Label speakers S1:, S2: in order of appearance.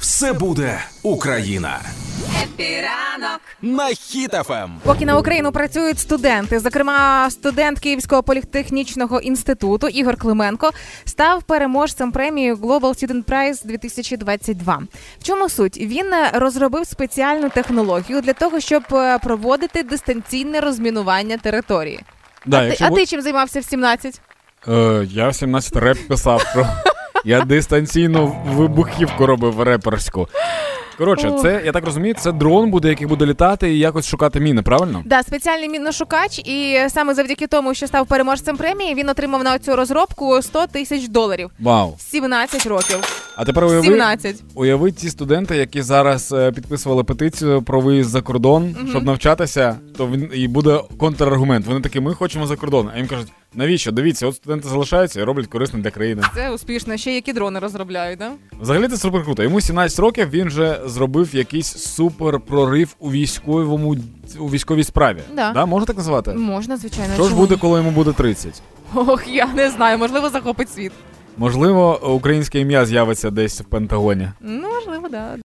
S1: Це буде Україна
S2: Піранок.
S1: на Хіт-ФМ.
S3: Поки на Україну працюють студенти, зокрема студент Київського політехнічного інституту Ігор Клименко став переможцем премії Global Student Prize 2022. В чому суть? Він е, розробив спеціальну технологію для того, щоб е, проводити дистанційне розмінування території.
S4: Да,
S3: Ти-
S4: якщо
S3: а
S4: бу-
S3: ти чим займався в 17?
S4: Е, я в 17 реп писав про. Я дистанційну вибухівку робив реперську. Коротше, це, я так розумію, це дрон буде, який буде літати і якось шукати міни, правильно?
S3: Да, спеціальний міношукач, і саме завдяки тому, що став переможцем премії, він отримав на цю розробку 100 тисяч доларів.
S4: Вау.
S3: 17 років.
S4: А тепер уяви,
S3: 17.
S4: уяви ті студенти, які зараз е, підписували петицію про виїзд за кордон, щоб навчатися, то він і буде контраргумент. Вони такі, ми хочемо за кордон. А їм кажуть, навіщо? Дивіться, от студенти залишаються і роблять корисне для країни.
S3: Це успішно. Ще які дрони розробляють, да?
S4: Взагалі це супер круто. Йому 17 років він же зробив якийсь супер прорив у військовому у військовій справі.
S3: Да.
S4: Можна так називати?
S3: Можна, звичайно.
S4: Що ж
S3: чому
S4: буде,
S3: ні?
S4: коли йому буде 30?
S3: Ох, я не знаю, можливо, захопить світ.
S4: Можливо, українське ім'я з'явиться десь в Пентагоні.
S3: Ну, можливо, да.